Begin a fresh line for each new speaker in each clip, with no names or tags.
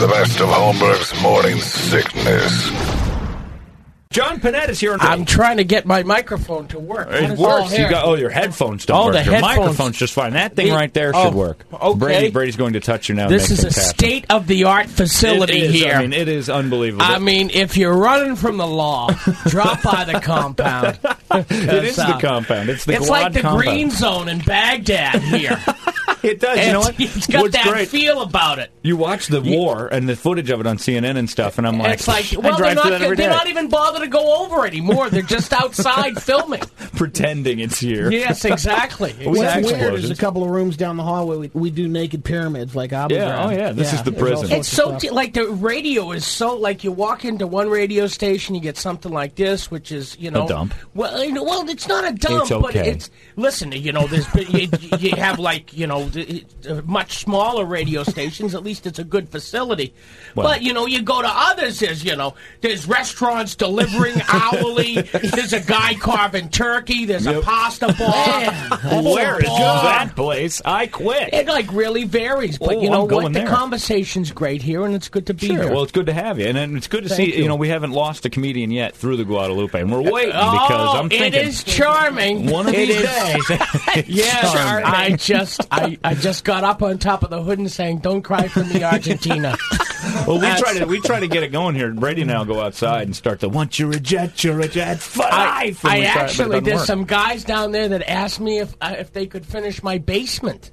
The best of Holmberg's morning sickness.
John Panetta is here. In
I'm trying to get my microphone to work. What
it
is all
works. You
here?
got oh, your headphones don't
All
work.
the
your
headphones-
microphone's just fine. That thing
The-
right there should
oh,
work.
okay.
Brady, Brady's going to touch you now. and
this
make
is a
things happen.
state of the art
It
facility
is,
here.
I mean, it is unbelievable.
if you're running from the law, drop by the compound.
it is the compound. It's the
It's like
Quad
the
compound.
green zone in Baghdad here.
It does. you know what?
It's got
What's
that
great?
feel about it.
you watch the war and the footage of it on CNN and stuff, and I'm like,
It's like,
I
well,
drive
they're not,
through that every
they're
day,
not even bothered to go over anymore. They're just outside filming.
pretending it's here.
Yes, exactly.
We had
Exactly.
What's weird
explosions.
is a couple of rooms down the hallway, we, we do naked pyramids like Abu
Yeah,
Ghraib.
oh, yeah, this is the
there's all
prison.
sorts
It's
of
so
stuff.
t- like the radio is so like you walk into one radio station, you get something like this, which is you know
dump.
Well, you know, well, it's not a dump,
It's
but
okay.
it's listen. You know, there's been- you, you have like you know the, uh, much smaller radio stations. At least it's a good facility.
Well.
but you know, you go to others. There's you know there's restaurants delivering hourly. There's a guy carving turkey. There's a
Yep.
pasta bar.
Where is
Oh.
that place? I quit.
It like really varies, but
Oh,
you know
I'm
what?
going
The
there.
conversation's great here, and it's good to be
Sure.
here.
Well, it's good to have you, and, then it's good to see. You. know, we haven't lost a comedian yet through the Guadalupe, and we're waiting uh, because
oh,
I'm thinking
it is charming.
one of
It
these
is-
days.
Yes, I just I, I just got up on top of the hood and sang "Don't Cry for Me, Argentina."
well, we try to we try to get it going here. Brady and I'll go outside and start the "Once you reject, you reject for
I,
life." and
I
we try- but it
actually
doesn't
there's
work.
some guys down there that asked me if uh, if they could finish my basement.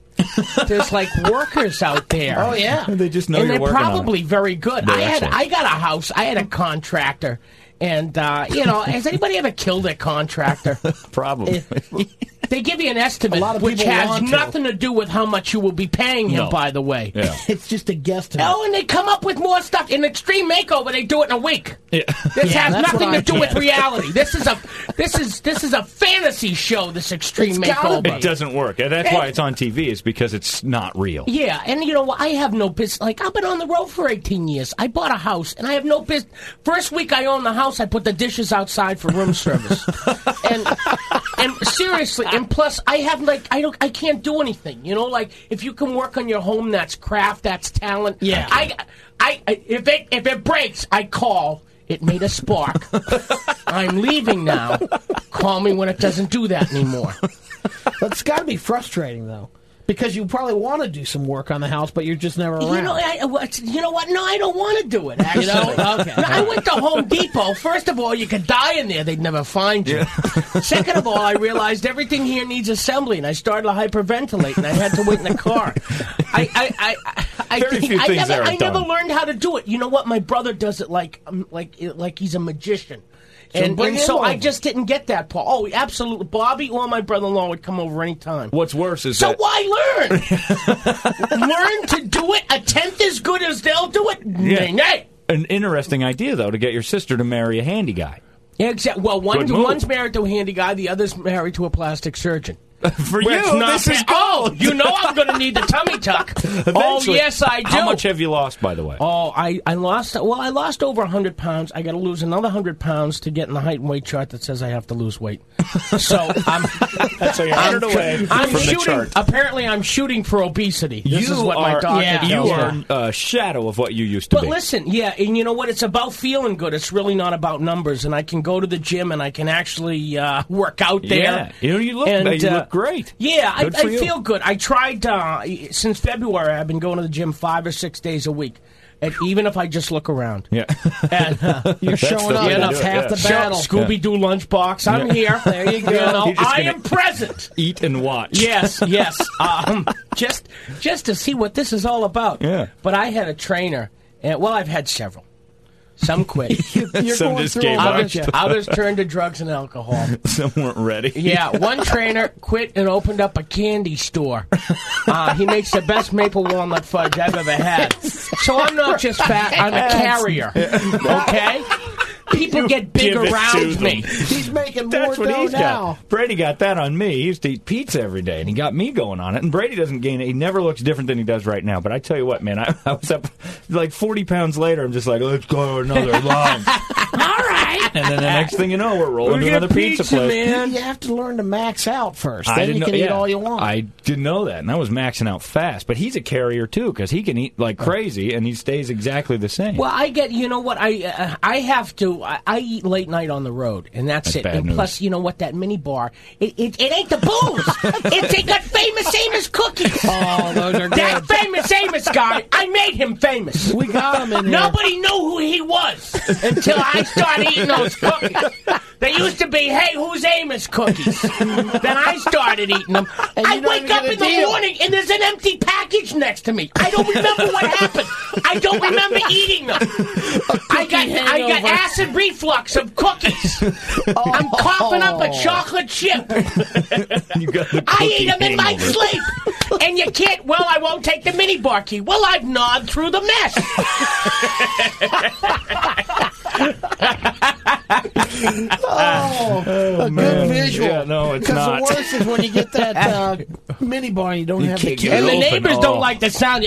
there's like workers out there. Oh yeah,
They just know
and
you're
they're
working on it.
probably very good.
They're
I had
excellent.
I got a house. I had a contractor. And uh, you know, has anybody ever killed a contractor?
problem.
They give you an estimate,
A lot of
which
people
has
want to.
nothing to. do with how much you will be paying him.
No.
By the way,
yeah.
It's just a guest.
oh, and they come up with more stuff. In Extreme Makeover, they do it in a week. This has
that's
nothing
what
to
I
do with reality. This is a this is this is a fantasy show. This Extreme
It's gotta
Makeover.
It doesn't work. And that's why it's on TV, is because it's not real.
Yeah, and you know I have no business. Like I've been on the road for eighteen years. I bought a house, and I have no business. First week I owned the house, I put the dishes outside for room service. and and seriously, and plus I have like I don't I can't do anything. You know, like if you can work on your home, that's craft, that's talent.
Yeah.
I I, I if it if it breaks, I call. It made a spark. I'm leaving now. Call me when it doesn't do that anymore.
That's got to be frustrating though, because you probably want to do some work on the house, but you're just never around.
You know, I, I- what- you know what? No, I don't want to do it. Actually,
okay.
No, I went to Home Depot. First of all, you could die in there; they'd never find you. Second of all, I realized everything here needs assembly, and I started to hyperventilate, and I had to wait in the car. I, I, I, I,
Very
think-
few
I
things
never,
there are
I never
done.
learned how to do it. You know what? My brother does it like, um, like, like he's a magician. And,
bring
and
him
so I
over.
just didn't get that part. Oh, absolutely. Bobby or my brother-in-law would come over anytime.
What's worse is
So
that.
why learn? learn to do it a tenth as good as they'll do it. Nay, nay.
An interesting idea, though, to get your sister to marry a handy guy.
Yeah, exact- Well, one,
Good move.
one's married to a handy guy, the other's married to a plastic surgeon.
For
Which
you,
not
this is
bad. Oh,
gold.
you know I'm going to need the tummy tuck. oh,
Eventually.
yes, I do.
How much have you lost, by the way?
Oh, I, I lost. Well, I lost over 100 pounds. I got to lose another 100 pounds to get in the height and weight chart that says I have to lose weight. So I'm,
so you're
I'm,
hundred away
I'm
from
shooting.
the chart.
Apparently, I'm shooting for obesity. This
you
is what
are,
my doctor
yeah, you
tells me.
are a shadow of what you used to
But
be.
listen, yeah, and you know what? It's about feeling good. It's really not about numbers. And I can go to the gym and I can actually uh, work out there.
yeah, you know you look
And,
you
uh,
look great.
Yeah, I,
Good for
I
you.
feel good. I tried uh, since February. I've been going to the gym five or six days a week, and even if I just look around,
Yeah.
and, uh,
You're showing
the
up.
way to
That's
do it,
half
yeah.
the battle.
Scooby Doo lunchbox. I'm here. There you go.
You're just
I
gonna-
am present.
Eat and watch.
Yes, yes. Um, just just to see what this is all about.
Yeah.
But I had a trainer, and well, I've had several. Some quit.
You're
Some
going
just
through
gave
a
up.
lot,
others,
Jeff.
others turned to drugs and alcohol.
Some weren't ready.
Yeah, one trainer quit and opened up a candy store. Uh, he makes the best maple walnut fudge I've ever had. So I'm not just fat; I'm a carrier. Okay, people get big
give it to
around
them.
me.
He's making more
That's what
dough
he's
now.
got. Brady got that on me. He used to eat pizza every day, and he got me going on it. And Brady doesn't gain; he never looks different than he does right now. But I tell you what, man, I, I was up like forty pounds later. I'm just like, let's go another lunch.
All right,
and then the next thing you know, we're rolling
we're
to another
gonna
pizza,
pizza,
place.
man.
You have to learn to max out first. Then you can eat
yeah.
all you want.
I didn't know that, and I was maxing out fast. But he's a carrier too, because he can eat like crazy, and he stays exactly the same.
Well, I get you know what I uh, I have to I, I eat late night on the road and that's, it.
bad
and
news.
plus, you know what that mini bar it it, it ain't the booze. it's they got famous Amos cookies.
oh, those are
That
good.
famous Amos guy, I made him famous.
we got him in here.
Nobody knew who he was until I started eating those cookies. They used to be, hey, who's Amos cookies? then I started eating them.
And you
I
don't
wake
even
up
get a
in the
deal.
morning and there's an empty package next to me. I don't remember what happened. I don't remember eating them. I got I got
hangover. Oh.
acid reflux of cookies. I'm coughing up a chocolate chip.
you got the
I
cookie
ate them in my
hangover.
sleep. And you can't, well, I won't take the mini bar key. Well, I've gnawed through the mess.
Oh, a good visual.
Yeah, no, it's
Because
not.
the worst is when you get that uh, mini bar and you don't have the
can't get
key.
And the
open.
neighbors
Oh.
don't like the sound.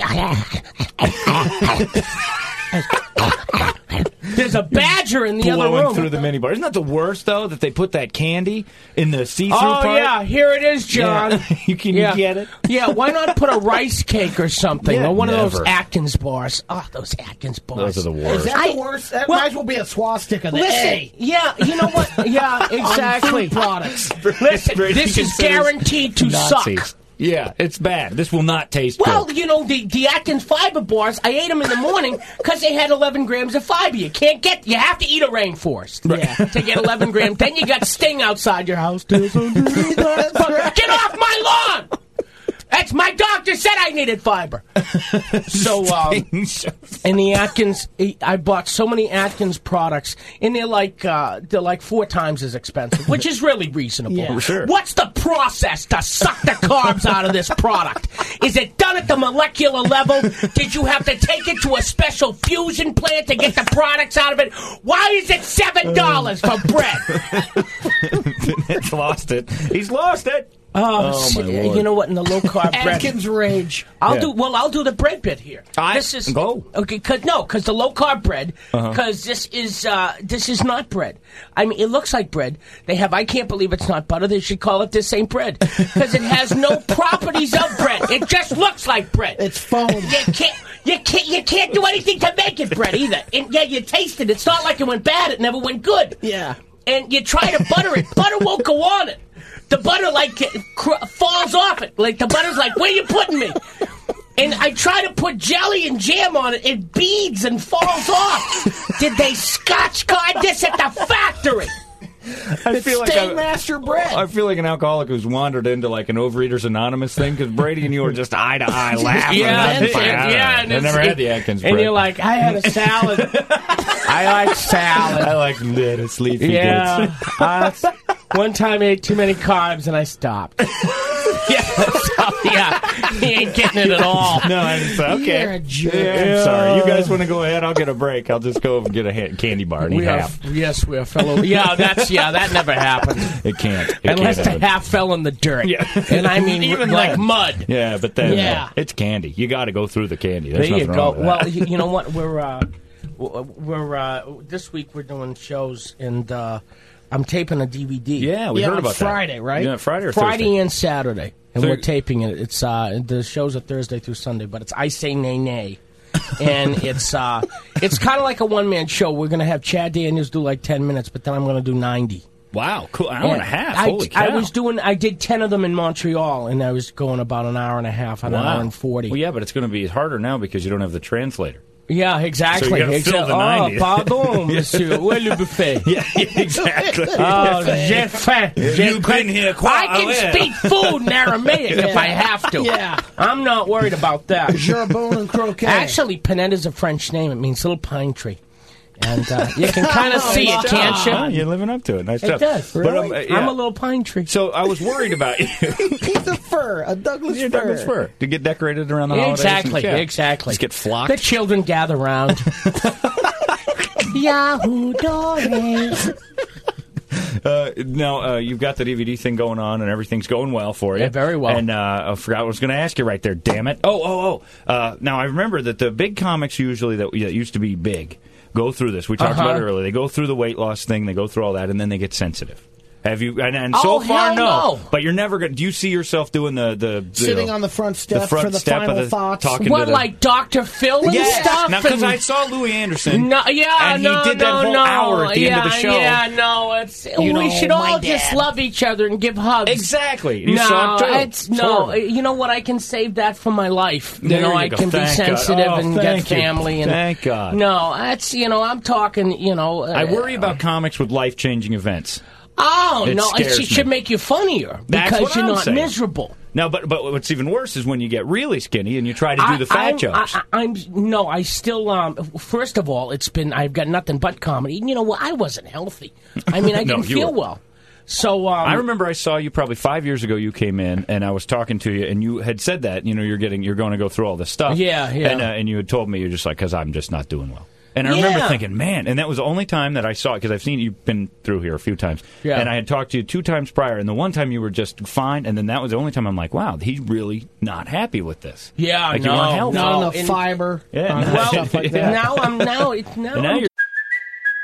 There's a badger in the other
blowing
room.
through the mini bar. Isn't that the worst though? That they put that candy in the see-through
oh
part.
yeah, here it is, John.
Yeah. you can
Yeah.
get it.
Yeah, why not put a rice cake or something?
Yeah,
or one of those
never.
Atkins bars. Oh, those Atkins bars.
Those are the
Is
worst.
that
I-
the worst? That
well-
might as well be a swastika. The
Listen,
A
yeah, you know what? Yeah,
on
exactly.
food products.
Listen,
Brady
this is
considers
guaranteed to
Nazis.
suck.
Yeah, it's bad. This will not taste
Well,
good.
you know the, the Atkins fiber bars. I ate them in the morning because they had 11 grams of fiber. You can't get. You have to eat a rainforest yeah, to get 11 grams. Then you got sting outside your house. too. get off my lawn! That's my doctor said I needed fiber. So um, and the Atkins, I bought so many Atkins products, and they're like uh, they're like four times as expensive, which is really reasonable.
Yeah.
Sure.
What's the process to suck the carbs out of this product? Is it done at the molecular level? Did you have to take it to a special fusion plant to get the products out of it? Why is it seven dollars for bread?
it's lost it. He's lost it.
Oh,
my
shit.
Lord.
you know what? In the low carb bread,
Atkins rage.
I'll
Yeah.
do well. I'll do the bread bit here.
I-
this is
go. Uh-huh.
okay. Cause, no, because the low carb bread. Because this is uh, this is not bread. I mean, it looks like bread. They have. I can't believe it's not butter. They should call it this ain't bread because it has no properties of bread. It just looks like bread.
It's foam.
you can't. You can't, you can't do anything to make it bread either. And yeah, you taste it. It's not like it went bad. It never went good
Yeah.
and you try to butter it, butter won't go on it. The butter like cr- falls off it. Like the butter's like, where you putting me? And I try to put jelly and jam on it. It beads and falls off. Did they scotch guard this at the factory?
I feel like I-
Stainmaster bread.
I feel like an alcoholic who's wandered into like an Overeaters Anonymous thing because Brady and you are just eye to eye laughing.
Yeah,
That's
and-
fine.
and- yeah, and
I never
it's-
had the Atkins
And
bread.
you're like, I had a salad. I like salad.
I like lettuce, leafy
Yeah.
goods.
I- Uh, one time I ate too many carbs and I stopped. yeah. yeah. He ain't getting it at all.
No, I'm just, okay.
You're a jerk.
Yeah, I'm sorry. You guys want to go ahead? I'll get a break. I'll just go and get a ha- candy bar and eat
We are,
half.
yes, we are fellow. Yeah, that's yeah, that never happened.
It can't. It
Unless
can't
the
happen.
half fell in the dirt,
Yeah.
and I mean
Even
like
then.
mud.
Yeah, but then uh,
Yeah.
it's candy. You got to go through the candy. There's
there you
nothing wrong
go.
with that.
Well, you, you know what? We're uh, w- we're uh, this week we're doing shows, and uh, I'm taping a DVD.
yeah, we
yeah,
heard
on
about that.
Friday, right?
Yeah, Friday or
Friday
Thursday.
and Saturday, and
Thur-
we're taping it. It's uh, the shows are Thursday through Sunday, but it's I say nay nay, and it's uh, it's kind of like a one man show. We're gonna have Chad Daniels do like ten minutes, but then I'm gonna do ninety.
Wow, cool. An hour and a
Yeah.
half.
I,
Holy
I
cow.
was doing. I did ten of them in Montreal, and I was going about an hour and a half, an hour and forty.
Well, yeah, but it's going to be harder now because you don't have the translator.
Yeah, exactly.
So you gotta fill
exactly.
the
oh,
90.
pardon, monsieur. Où est le buffet?
Yeah, exactly.
Oh, j'ai faim. J'ai
You've
faim.
been here
I
quite a
can
while.
speak food in Aramaic if I have to.
Yeah.
I'm not worried about that.
Jerbone and croquet.
Actually, Panetta is a French name. It means little pine tree. And uh, you can kind of see it, can't you?
Ah, Oh, you're living up to it. Nice
It
job.
does.
But, um, uh, yeah.
I'm a little pine tree.
So I was worried about you.
he's a fur, a Douglas
Your
fur.
Douglas fur to get decorated around the holidays. and-
Exactly,
yeah.
exactly.
Just get flocked.
The children gather round. Yahoo Dore.
Uh, no, uh, you've got the DVD thing going on, and everything's going well for you.
Yeah, very well.
And uh, I forgot what I was going to ask you right there. Damn it! Oh, oh, oh. Uh, now I remember that the big comics usually that, that used to be big go through this. We talked about it
Uh-huh.
earlier. They go through the weight loss thing. They go through all that, and then they get sensitive. Have you? And, and
Oh,
so far,
hell no.
But you're never going. to... Do you see yourself doing the the, the
Sitting on the front step
the front
for the
step
final
of the,
thoughts.
Talking to
What,
the,
like Dr. Phil and
Yes.
stuff?
Now, because
And-
I saw Louis Anderson.
No, yeah,
and he
no,
did
no,
that whole
no.
hour at the
yeah,
end of the show. oh
Yeah, no, it's we
know,
should
my
all just
dad.
love each other and give hugs.
Exactly. You
no,
saw it too. It's
It's, no,
horrible.
you know what? I can save that for my life.
There
you know,
you
I
go.
can be
Thank God.
sensitive
Oh,
and
thank
get
you.
family. And
Thank God.
No, that's you know, I'm talking. You know,
I
uh,
worry about comics with life changing events.
Oh
It
no, it
scares
should- should
me.
make you funnier
That's
because
what
you're
I'm
not
saying.
miserable.
Now, but but what's even worse is when you get really skinny and you try to do the fat
I'm,
jokes.
I, I- I'm no, I still. Um, first of all, it's been I've got nothing but comedy. And You know what? I wasn't healthy. I mean, I
No,
didn't
you
feel
were.
well. So um,
I remember I saw you probably five years ago. You came in and I was talking to you, and you had said that you know you're getting you're going to go through all this stuff.
Yeah, yeah.
And, uh, and you had told me you're just like because I'm just not doing well. And I remember
Yeah.
thinking, man, and that was the only time that I saw it because I've seen you've been through here a few times.
Yeah.
And I had talked to you two times prior, and the one time you were just fine, and then that was the only time I'm like, wow, he's really not happy with this.
Yeah,
like you
no,
want help.
no.
Not
Oh,
enough
and-
fiber.
Yeah,
not
no.
enough
Well,
stuff like that.
now I'm now it's now,
And now
I'm-
you're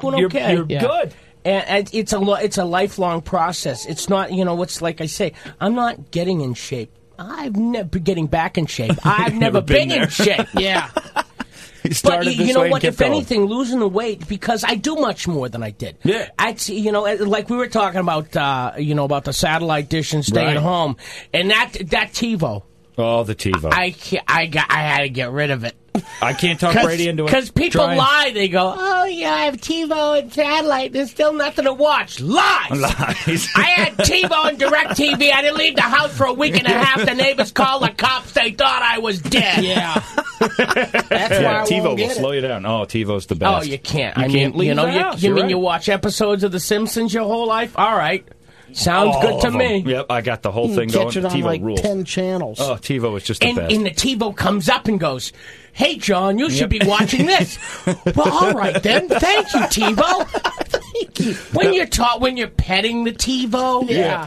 doing
you're,
okay.
you're
Yeah.
good.
And, and it's a lo- it's a lifelong process. It's not you know it's like I say. I'm not getting in shape. I've never been getting back in shape. I've never,
been
been, in shape. Yeah,
You
but
started
you,
this
you know
way and
what?
kept
If
going.
anything, losing the weight because I do much more than I did.
Yeah.
I you know eh, like we were talking about uh, you know about the satellite dish and staying
Right.
home and that that TiVo.
Oh, the TiVo.
I can't, I got I had to get rid of it.
I can't talk Brady into it.
Because people
Try and-
lie. They go, oh, yeah, I have TiVo and satellite. There's still nothing to watch. Lies!
Lies.
I had TiVo and DirecTV. I didn't leave the house for a week and a half. The neighbors called the cops. They thought I was dead.
Yeah. That's why
Yeah,
I
TiVo
won't
will
get
slow
it.
you down. Oh, TiVo's the
Oh,
best.
you can't.
You
I
can't
mean,
leave
you know,
the
you,
house.
you
You're
mean
right.
you watch episodes of The Simpsons your whole life? All right. Sounds
All
good to
of 'em.
me.
Oh, Yep, I got the whole
You
thing
can catch
going.
it on
TiVo
like
rules.
ten channels.
Oh, TiVo is just the
and,
best.
and the TiVo comes up and goes, "Hey, John, you should be watching this." well, all right then. Thank you, TiVo. Thank you. When you're taught, when you're petting the TiVo,
Yeah.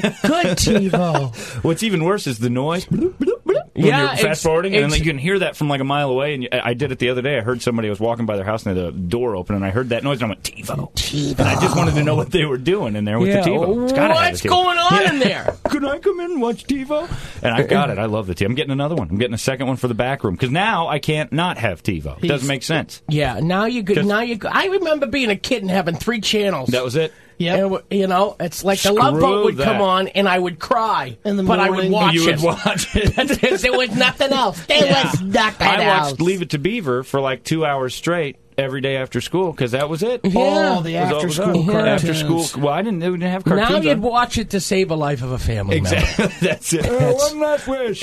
good TiVo.
What's even worse is the noise. Bloop, bloop, bloop, when
Yeah,
you're
it's-
fast forwarding, and then
it's-
like, you can hear that from like a mile away. And you, I I did it the other day. I heard somebody I was walking by their house and they had the door open, and I heard that noise, and I went TiVo. TiVo. And I just wanted to know what they were doing in there with the TiVo. It's gotta have
what's
the TiVo.
going on in there?
Can I come in and watch TiVo? And I got it. I love the TiVo. I'm getting another one. I'm getting a second one for the back room because now I can't not have TiVo. It doesn't make sense.
Yeah, now you go.
Just-
Now you go. I remember being a kid and having three channels.
That was it.
And
Yep.
w- you know, it's like the love
Screw
boat would
that.
come on and I would cry,
In the
but I would
morning,
watch
you
it.
would watch it.
there was nothing else. There
Yeah.
was nothing
I
else.
watched Leave It to Beaver for like two hours straight every day after school because that was it.
Yeah.
Oh, the
It was all it
after
was on.
school
After school. Well, I didn't. We didn't have cartoons.
Now you'd
on.
watch it to save a life of a family member.
Exactly. That's it. Oh, one last wish.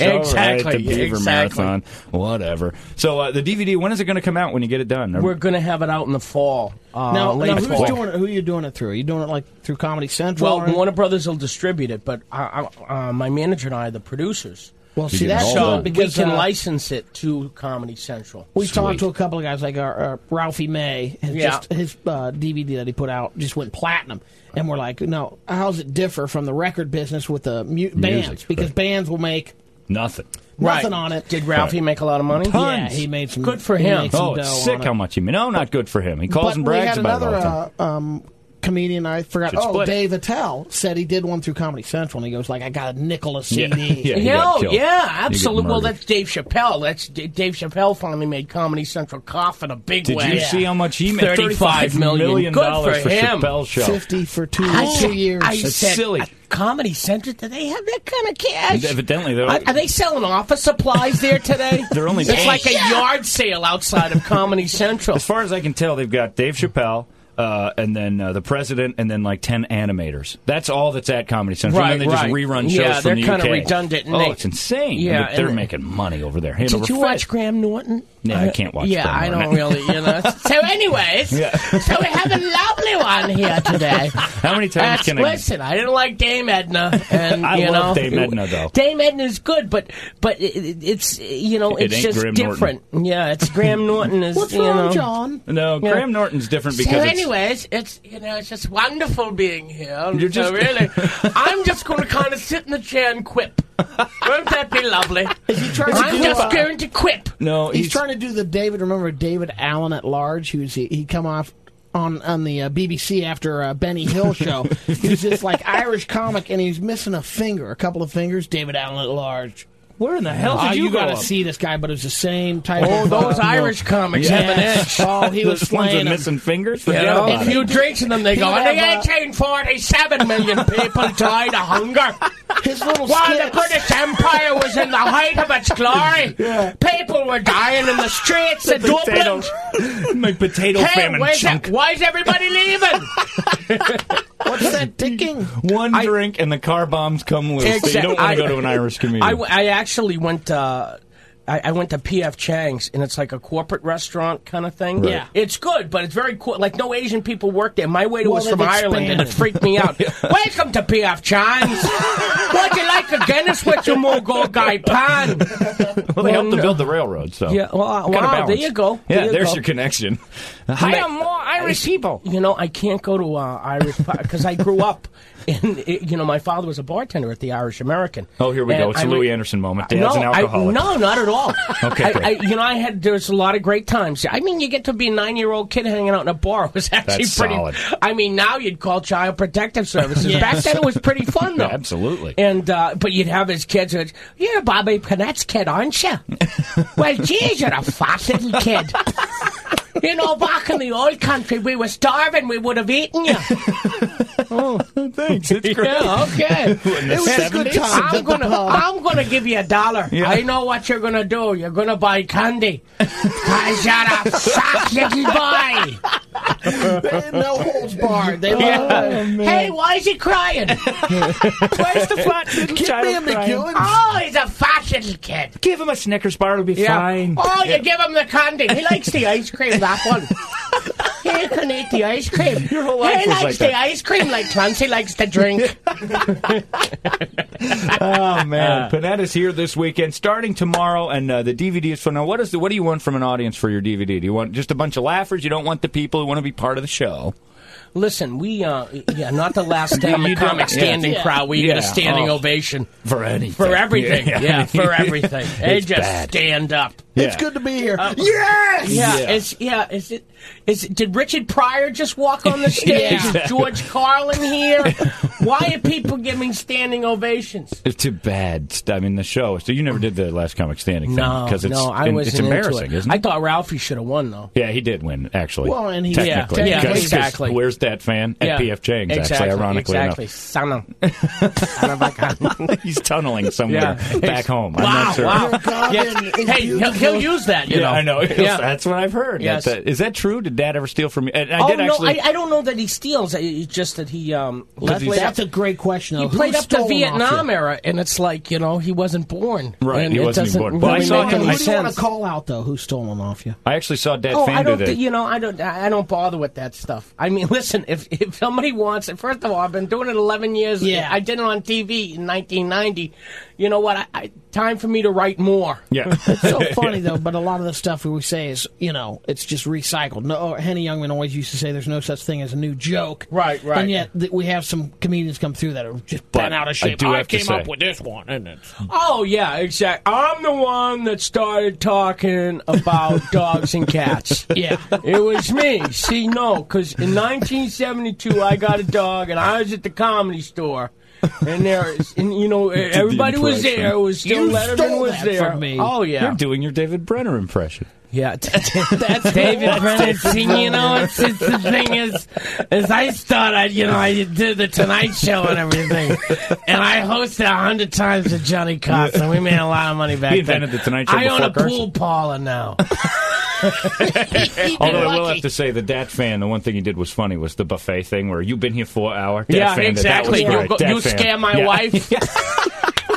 All
Exactly,
right, the Beaver
exactly.
Marathon. Whatever. So uh, the DVD. When is it going to come out? When you get it done?
We're gonna have it out in the fall. Uh,
Now,
late
now who's
fall.
doing it? Who are you doing it through? Are you doing it like through Comedy Central?
Well,
or-
uh, Warner Brothers will distribute it, but I, I, uh, my manager and I are the producers.
Well,
You
see,
get it
that's
all
So
done.
good
we
because
can
uh,
license it to Comedy Central.
we talked
Sweet.
to a couple of guys like our, uh Ralphie May, and
Yeah.
just his uh, DVD that he put out just went platinum, and we're like, no, how's it differ from the record business with the mu- bands? because
right.
bands will make
Nothing.
nothing on it.
Did Ralphie make a lot of money?
yeah, he made some
Good for
he
him.
made some
Oh,
dough
it's
on
sick
it.
how much he made. No, not good for him. He calls
but
and
we
brags
had
about it all
another
the time.
uh, um, comedian. I forgot.
Should
oh,
split it.
Dave Attell said he did one through Comedy Central, and he goes like, "I got a nickel a CD."
Yeah, yeah, he got
Yeah,
killed.
yeah,
He got
absolutely. Well,
murdered.
that's Dave Chappelle. That's D- Dave Chappelle finally made Comedy Central cough in a big
Did
way.
you see how much he made?
Thirty-five million.
million
Good
dollars
for
for
him.
Chappelle's show.
Fifty for two,
I,
two years.
I
That's
said,
silly.
uh, Comedy Central. Do they have that kind of cash?
Evidently, they're
Are, are they selling office supplies there today?
They're only-
It's like a yard sale outside of Comedy Central.
As far as I can tell, they've got Dave Chappelle. Uh, and then uh, the president, and then like ten animators. That's all that's at Comedy Central.
Right,
and then they
right.
just rerun shows
Yeah,
from
they're
the
kinda
UK.
redundant, and
oh,
they-
it's insane.
Yeah,
but they're
and-
making money over there. Hand over
Did you
fist.
watch Graham Norton?
No, I can't watch
Yeah,
Graham
I
Norton.
don't really. You know. so, anyways,
Yeah.
so we have a lovely one here today.
How many times
That's-
can I-
listen? I didn't like Dame Edna, and
I
you
love
know,
Dame Edna, though.
Dame Edna's good, but but it, it, it's you know
It
it's
ain't
just
Graham Norton.
different. Yeah, it's Graham Norton is
What's
you
wrong,
know.
John?
No,
Yeah.
Graham Norton's different because
so,
it's-
anyways, it's you know it's just wonderful being here.
You're
so
just-
really, I'm just going to kind of sit in the chair and quip. Won't that be lovely?
trying to
I'm
do,
just
uh,
going to quip.
no,
He's, trying to do the David. Remember David Allen at large? Who's he? He come off on on the uh, BBC after uh, Benny Hill show. he's this like Irish comic, and he's missing a finger, a couple of fingers. David Allen at large.
Where in the hell did
Ah,
Oh,
you,
you
go
gotta
up?
see this guy, but it was the same type.
Oh,
of,
those
uh,
Irish comics
Yeah.
have an edge.
Oh, he was
Those ones
slaying
with
'em.
missing fingers.
You
Forget
know,
about
if
it.
you drink to them, they go,
He'd
in the
have a-
1847 million people died of hunger.
His little
While the
skits.
British Empire was in the height of its glory, people were dying in the streets of Dublin.
My potato
Hey,
famine
where's
chunk.
that, why's everybody leaving?
What's that ticking?
One drink and the car bombs come loose.
Exact-
you don't want
I-
to go to an Irish comedian.
I, w- I actually went. Uh, I, I went to PF Chang's, and it's like a corporate restaurant kind of thing.
Right. Yeah.
it's good, but it's very cool. Like no Asian people work there. My waiter
Well,
was from
they've
Ireland, and it
expanded.
freaked me out. Welcome to PF Chang's. Would you like a Guinness with your Mogo guy pan?
well, they helped
Well,
to build the railroad, so
Yeah, well, uh,
Gotta
wow,
balance.
there you go.
Yeah,
There you
there's
go.
your connection.
Uh,
I am more Irish people.
You know, I can't go to uh, Irish because I grew up in. It, you know, my father was a bartender at the Irish American.
Oh, here we go.
And
It's
I
a
re-
Louis Anderson moment. Dad's
no,
an alcoholic.
I, no, not at all.
Okay,
I,
great.
I, you know, I had there's a lot of great times. I mean, you get to be a nine year old kid hanging out in a bar It was actually
That's
pretty.
solid.
I mean, now you'd call Child Protective Services. Back then, it was pretty fun though.
Absolutely.
And uh, but you'd have his kids. who'd, You're a Bobby Panette's kid, aren't you? well, geez, you're a fat little kid. You know, back in the old country, we were starving. We would have eaten you.
Thanks. It's great.
Yeah, okay.
It was a
good 70s? time at the
I'm gonna,
pub.
I'm gonna give you a dollar.
Yeah.
I know what you're gonna do. You're gonna buy candy. Cause you're a fat little boy.
no holds barred. They
Oh,
hey, why is he crying?
Where's the flat little
Give me a McGillan.
Oh, he's a fat little kid.
Give him a Snickers bar. It'll be fine.
Oh, you give him the candy. He likes the ice cream. That one. He can eat the ice cream.
Your whole life
he
was
likes
like
the
that.
ice cream like Clancy likes the drink.
Oh man, Panetta is here this weekend, starting tomorrow, and uh, the DVD is for now. What is the? What do you want from an audience for your DVD? Do you want just a bunch of laughers? You don't want the people who want to be part of the show.
Listen, we uh, yeah, not the last time
you
the
don't-
comic
yeah.
standing
Yeah.
crowd. We
Yeah.
get a standing
Oh.
ovation
For anything.
for everything. Yeah, for everything. They
It's
just
bad.
stand up.
It's good to be here.
Uh,
yes.
Yeah,
Yeah.
it's yeah. Is it? Is it, did Richard Pryor just walk on the stage? Is George Carlin here? Why are people giving standing ovations?
It's too bad. st- I mean, the show. So you never did the last comic standing thing
No,
because it's
no, I
and
was
it's embarrassing,
is
isn't
I
it?
thought Ralphie should have won though.
yeah, he did win actually.
Well, and he- Yeah,
technically,
yeah,
because- 'cause
exactly.
Where's that fan at
yeah.
PF Chang's?
exactly,
Actually, ironically
exactly. Son of- son of a gun.
enough, he's tunneling somewhere
Yeah.
back home. I'm
Wow,
not sure. Oh,
wow.
God,
Yeah.
and- and
Hey,
you-
he'll, he'll use that. You
Yeah, I know.
Yeah.
That's what I've heard.
Yes.
That's- Is that true? Did Dad ever steal from you? And I
oh
did
no,
actually.
I, I don't know that he steals. I- It's just that he um.
Because he's-
played up-
That's a great question.
He
though. Who
played up the
stole 'em off
Vietnam
you?
era, and it's like you know he wasn't born.
Right,
and
he
it
wasn't
doesn't
born. But I
really
saw
make
him-
any
Who do you want
sense.
to call out though? Who stole them off you?
I actually saw Dad
Oh,
Fan
I don't.
do that.
thi- you know, I don't. I don't bother with that stuff. I mean, listen, if if somebody wants it, first of all, I've been doing it eleven years.
Yeah.
I did it on TV in nineteen ninety. You know what? I, I time for me to write more.
Yeah.
so funny though, but a lot of the stuff we say is, you know, it's just recycled. No, oh, Henny Youngman always used to say there's no such thing as a new joke.
Right, right.
And yet th- we have some comedians come through that are just
But
bent out
I
of shape.
do
I,
have to
came
say-
up with this one, and it's
Oh yeah, exactly. I'm the one that started talking about dogs and cats.
Yeah.
it was me. See, no, because in 1972 I got a dog, and I was at the comedy store, and there, and you know, everybody was
impression.
there. It was still
You
Letterman
stole
was
that
there.
from me.
Oh yeah,
You're doing your David Brenner impression.
yeah, that's David Brennan's thing. You know, it's, it's the thing is, is I started, you know, I did the Tonight Show and everything, and I hosted a hundred times with Johnny Carson. We made a lot of money back
He invented
then.
the Tonight Show
I own
before
a
Carson.
pool parlor now.
Although I will have to say, the Dat fan, the one thing he did was funny was the buffet thing where you've been here for an hour. Dat
yeah,
fan,
exactly.
That, that was
you
great. Dat
you
fan.
scare my
Yeah.
wife.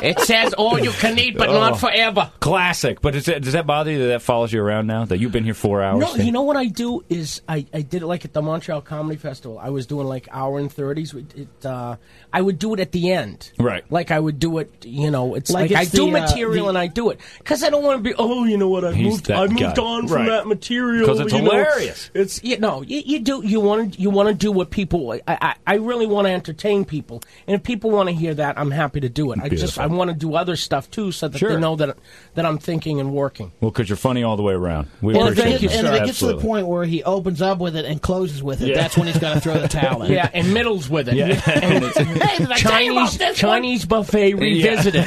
it says all you can eat, but
Oh.
not forever.
Classic. But is that, does that bother you that that follows you around now? That you've been here four hours?
No, you know what I do is I, I did it like at the Montreal Comedy Festival. I was doing like hour and thirties. It, it, uh, I would do it at the end,
Right.
Like I would do it. You know, it's
Like
like, I
it's
do
the, uh,
material
the-
and I do it because I don't want to be. Oh, you know what? I
He's
moved.
that
I moved
guy.
on from
Right.
that material
'Cause it's
you know.
hilarious.
it's you know you, you do you want to you want to do what people. I I, I really want to entertain people, and if people want to hear that, I'm happy to do it. I just
Beautiful.
I want to do other stuff too, so that
Sure.
they know that that I'm thinking and working.
Well, because you're funny all the way around. We
and if,
appreciate
it,
you,
and if
sir.
it gets to the
Absolutely.
point where he opens up with it and closes with it,
Yeah.
that's when he's got to throw the towel in.
Yeah, and middles with it.
And it's-
Chinese Chinese buffet revisited.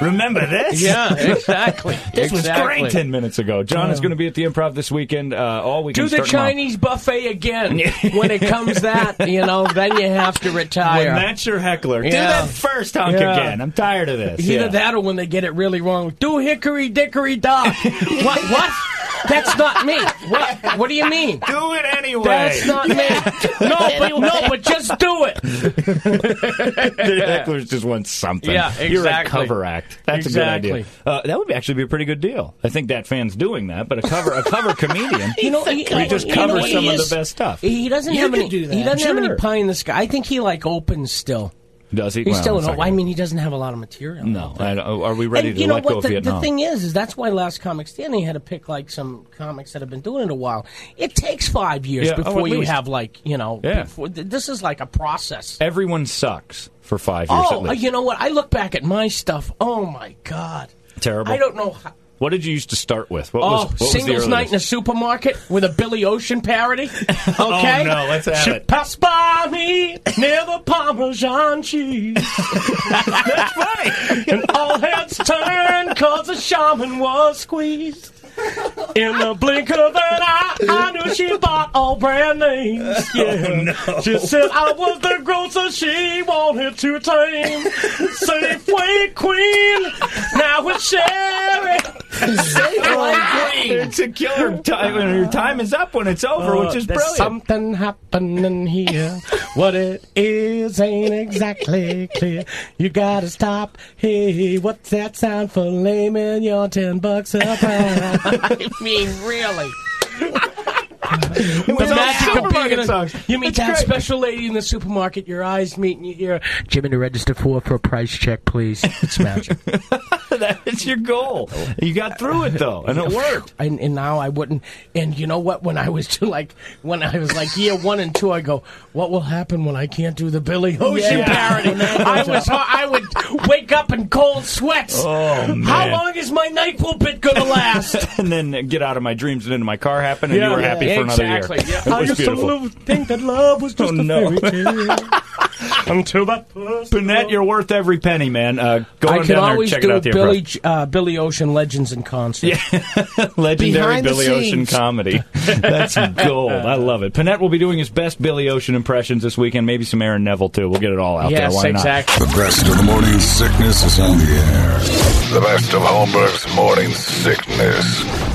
Remember this?
exactly.
This was great 10 minutes ago. John is going to be at the improv this weekend, uh, all weekend.
Do the
starting tomorrow.
Chinese buffet again. when it comes that, you know, then you have to retire.
When that's your heckler, do
Yeah.
that first honk
Yeah.
again. I'm tired of this.
Either
Yeah.
that or when they get it really wrong. Do hickory dickory dock. what? What? That's not me. What? What do you mean?
Do it anyway.
That's not me. No, but, no, but just do it.
the hecklers just want something.
Yeah,
You're a
exactly.
cover act. That's
Exactly.
a good idea. Uh, that would be- actually be a pretty good deal. I think that fan's doing that, but a cover a cover comedian.
You know, he,
we just
you know
cover
what
some
he
of
is?
the best stuff.
He doesn't
You
have
could
any.
do that.
He doesn't have
Sure.
any pie in the sky. I think he like opens still.
Does he?
He's
Well,
still an.
it's
o-
like-
I mean, he doesn't have a lot of material.
no. I don't- are we ready
And
to
you know
let
what?
go of
the,
Vietnam?
the thing is, is that's why Last Comic Standing had to pick like some comics that have been doing it a while. It takes five years
Yeah, oh,
before
at
you
least.
have like you know.
Yeah.
Before, th- this is like a process.
Everyone sucks for five years at
Oh,
least.
you know what? I look back at my stuff. Oh my god,
Terrible.
I don't know. How,
What did you used to start with? What was,
oh,
what was the
singles night in a
earliest?
supermarket with a Billy Ocean parody. Okay,
Oh, no, let's have
she
it.
passed by me, near the Parmesan cheese. That's funny. and all heads turned cause the shaman was squeezed. In the blink of an eye, I knew she bought all brand names.
Oh,
Yeah. She said I was the grocer she wanted to tame. Safeway queen, now it's Sherry.
It's a killer time. and Your time is up when it's over, which is
Oh, There's
brilliant.
something happening here. what it is ain't exactly clear. You gotta stop. Hey, what's that sound for layman? Your ten bucks a pound. I mean, really.
It was all supermarket
being in a-
songs.
You meet
That's great.
that special lady in the supermarket, your eyes meet and you hear, Jimmy to register four for a price check, please. It's magic.
That's your goal. You got through it though, and it worked.
and, and now I wouldn't. And you know what? When I was to like, when I was like year one and two, I go, what will happen when I can't do the Billy Ocean
Yeah.
parody? I was, I would wake up in cold sweats.
Oh, man.
How long is my NyQuil bit gonna last?
and then get out of my dreams and into my car happened, and you were happy for another
exactly.
year.
Yeah.
It was beautiful.
think that love was
Oh, no.
tale until that
Burnett, you're worth every penny, man. Uh, go on
I can
down there and
always
check
do
it out. The
Billy
Improv.
J- uh, Billy Ocean Legends in concert.
legendary
Behind the
Billy Ocean
scenes.
comedy. That's gold. I love it. Panette will be doing his best Billy Ocean impressions this weekend. Maybe some Aaron Neville too. We'll get it all out there.
Yes,
Why
exactly.
The best of morning sickness is on the air. The best of Holmberg's morning sickness.